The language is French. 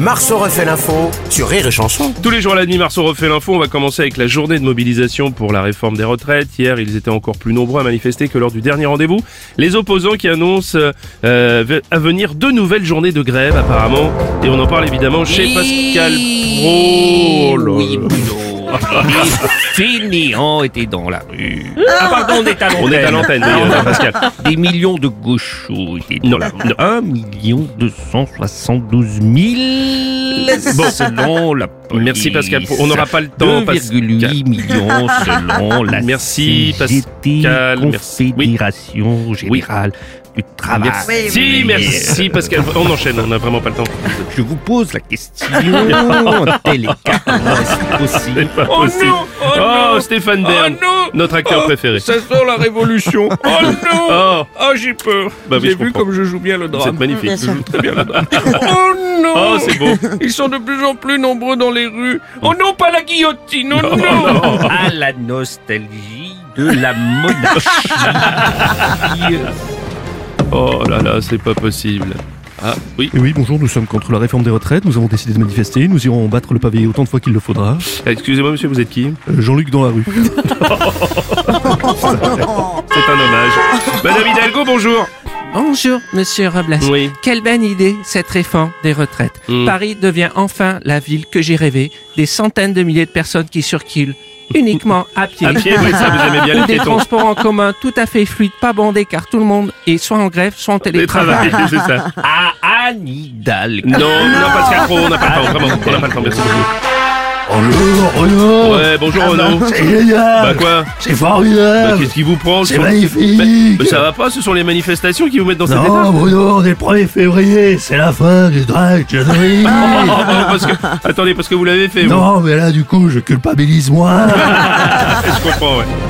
Marceau refait l'info sur Rire et Chanson. Tous les jours à la nuit, Marceau refait l'info. On va commencer avec la journée de mobilisation pour la réforme des retraites. Hier, ils étaient encore plus nombreux à manifester que lors du dernier rendez-vous. Les opposants qui annoncent euh, à venir deux nouvelles journées de grève, apparemment. Et on en parle évidemment chez Pascal Pro. Oh là Oui, là. Bruno. Les fainéants étaient dans la rue. Ah, pardon, on est à On est à l'antenne. Ah. l'antenne, d'ailleurs, Pascal. Des millions de gauchos étaient Non, dans la rue. 1 272 000 Bon. selon la police. Merci Pascal Pro. On n'aura pas le temps, Pascal. 2,8 millions selon la Merci, CGT, Pascal. Merci. Oui. Confédération Générale du Travail. Merci, merci Pascal. On enchaîne, on n'a vraiment pas le temps. Je vous pose la question en télécartement, est-ce possible C'est pas possible. Oh, Stéphane Bern, notre acteur préféré. Ça sent la révolution. Oh non Oh, Oh, j'ai peur. Bah oui, J'ai je vu comprends. comme je joue bien le Oh, c'est drame. magnifique. Très bien le drame. Oh non Oh, c'est beau. Ils sont de plus en plus nombreux dans les rues. Oh non, pas la guillotine. Oh non, à la nostalgie de la monarchie. Oh là là, c'est pas possible. Ah oui, Et oui, bonjour, nous sommes contre la réforme des retraites, nous avons décidé de manifester, nous irons battre le pavé autant de fois qu'il le faudra. excusez-moi monsieur, vous êtes qui Euh, Jean-Luc dans la rue. C'est un hommage. Madame Hidalgo, bonjour. Bonjour, monsieur Robles. Oui. Quelle bonne idée, cette réforme des retraites. Mm. Paris devient enfin la ville que j'ai rêvée. Des centaines de milliers de personnes qui circulent uniquement à pied. À pied, oui, ça, vous aimez bien les Ou des piétons. transports en commun tout à fait fluides, pas bandés, car tout le monde est soit en grève, soit en Les télétravail. travail, c'est ça. à Anne Hidalgo. Non, non, Pascal Pro, on n'a pas le temps, vraiment, on n'a pas le temps, merci beaucoup. Oh Bonjour, Renaud Ouais, bonjour Ah, Renaud. C'est Bah génial quoi C'est Bah, formidable Qu'est-ce qui vous prend C'est ce- magnifique Mais ça va pas, ce sont les manifestations qui vous mettent dans cet état Non, Bruno, on est le 1er février, c'est la fin du drag January Oh, parce que- Attendez, parce que vous l'avez fait, vous. Non, mais là, du coup, je culpabilise moi Je comprends, ouais.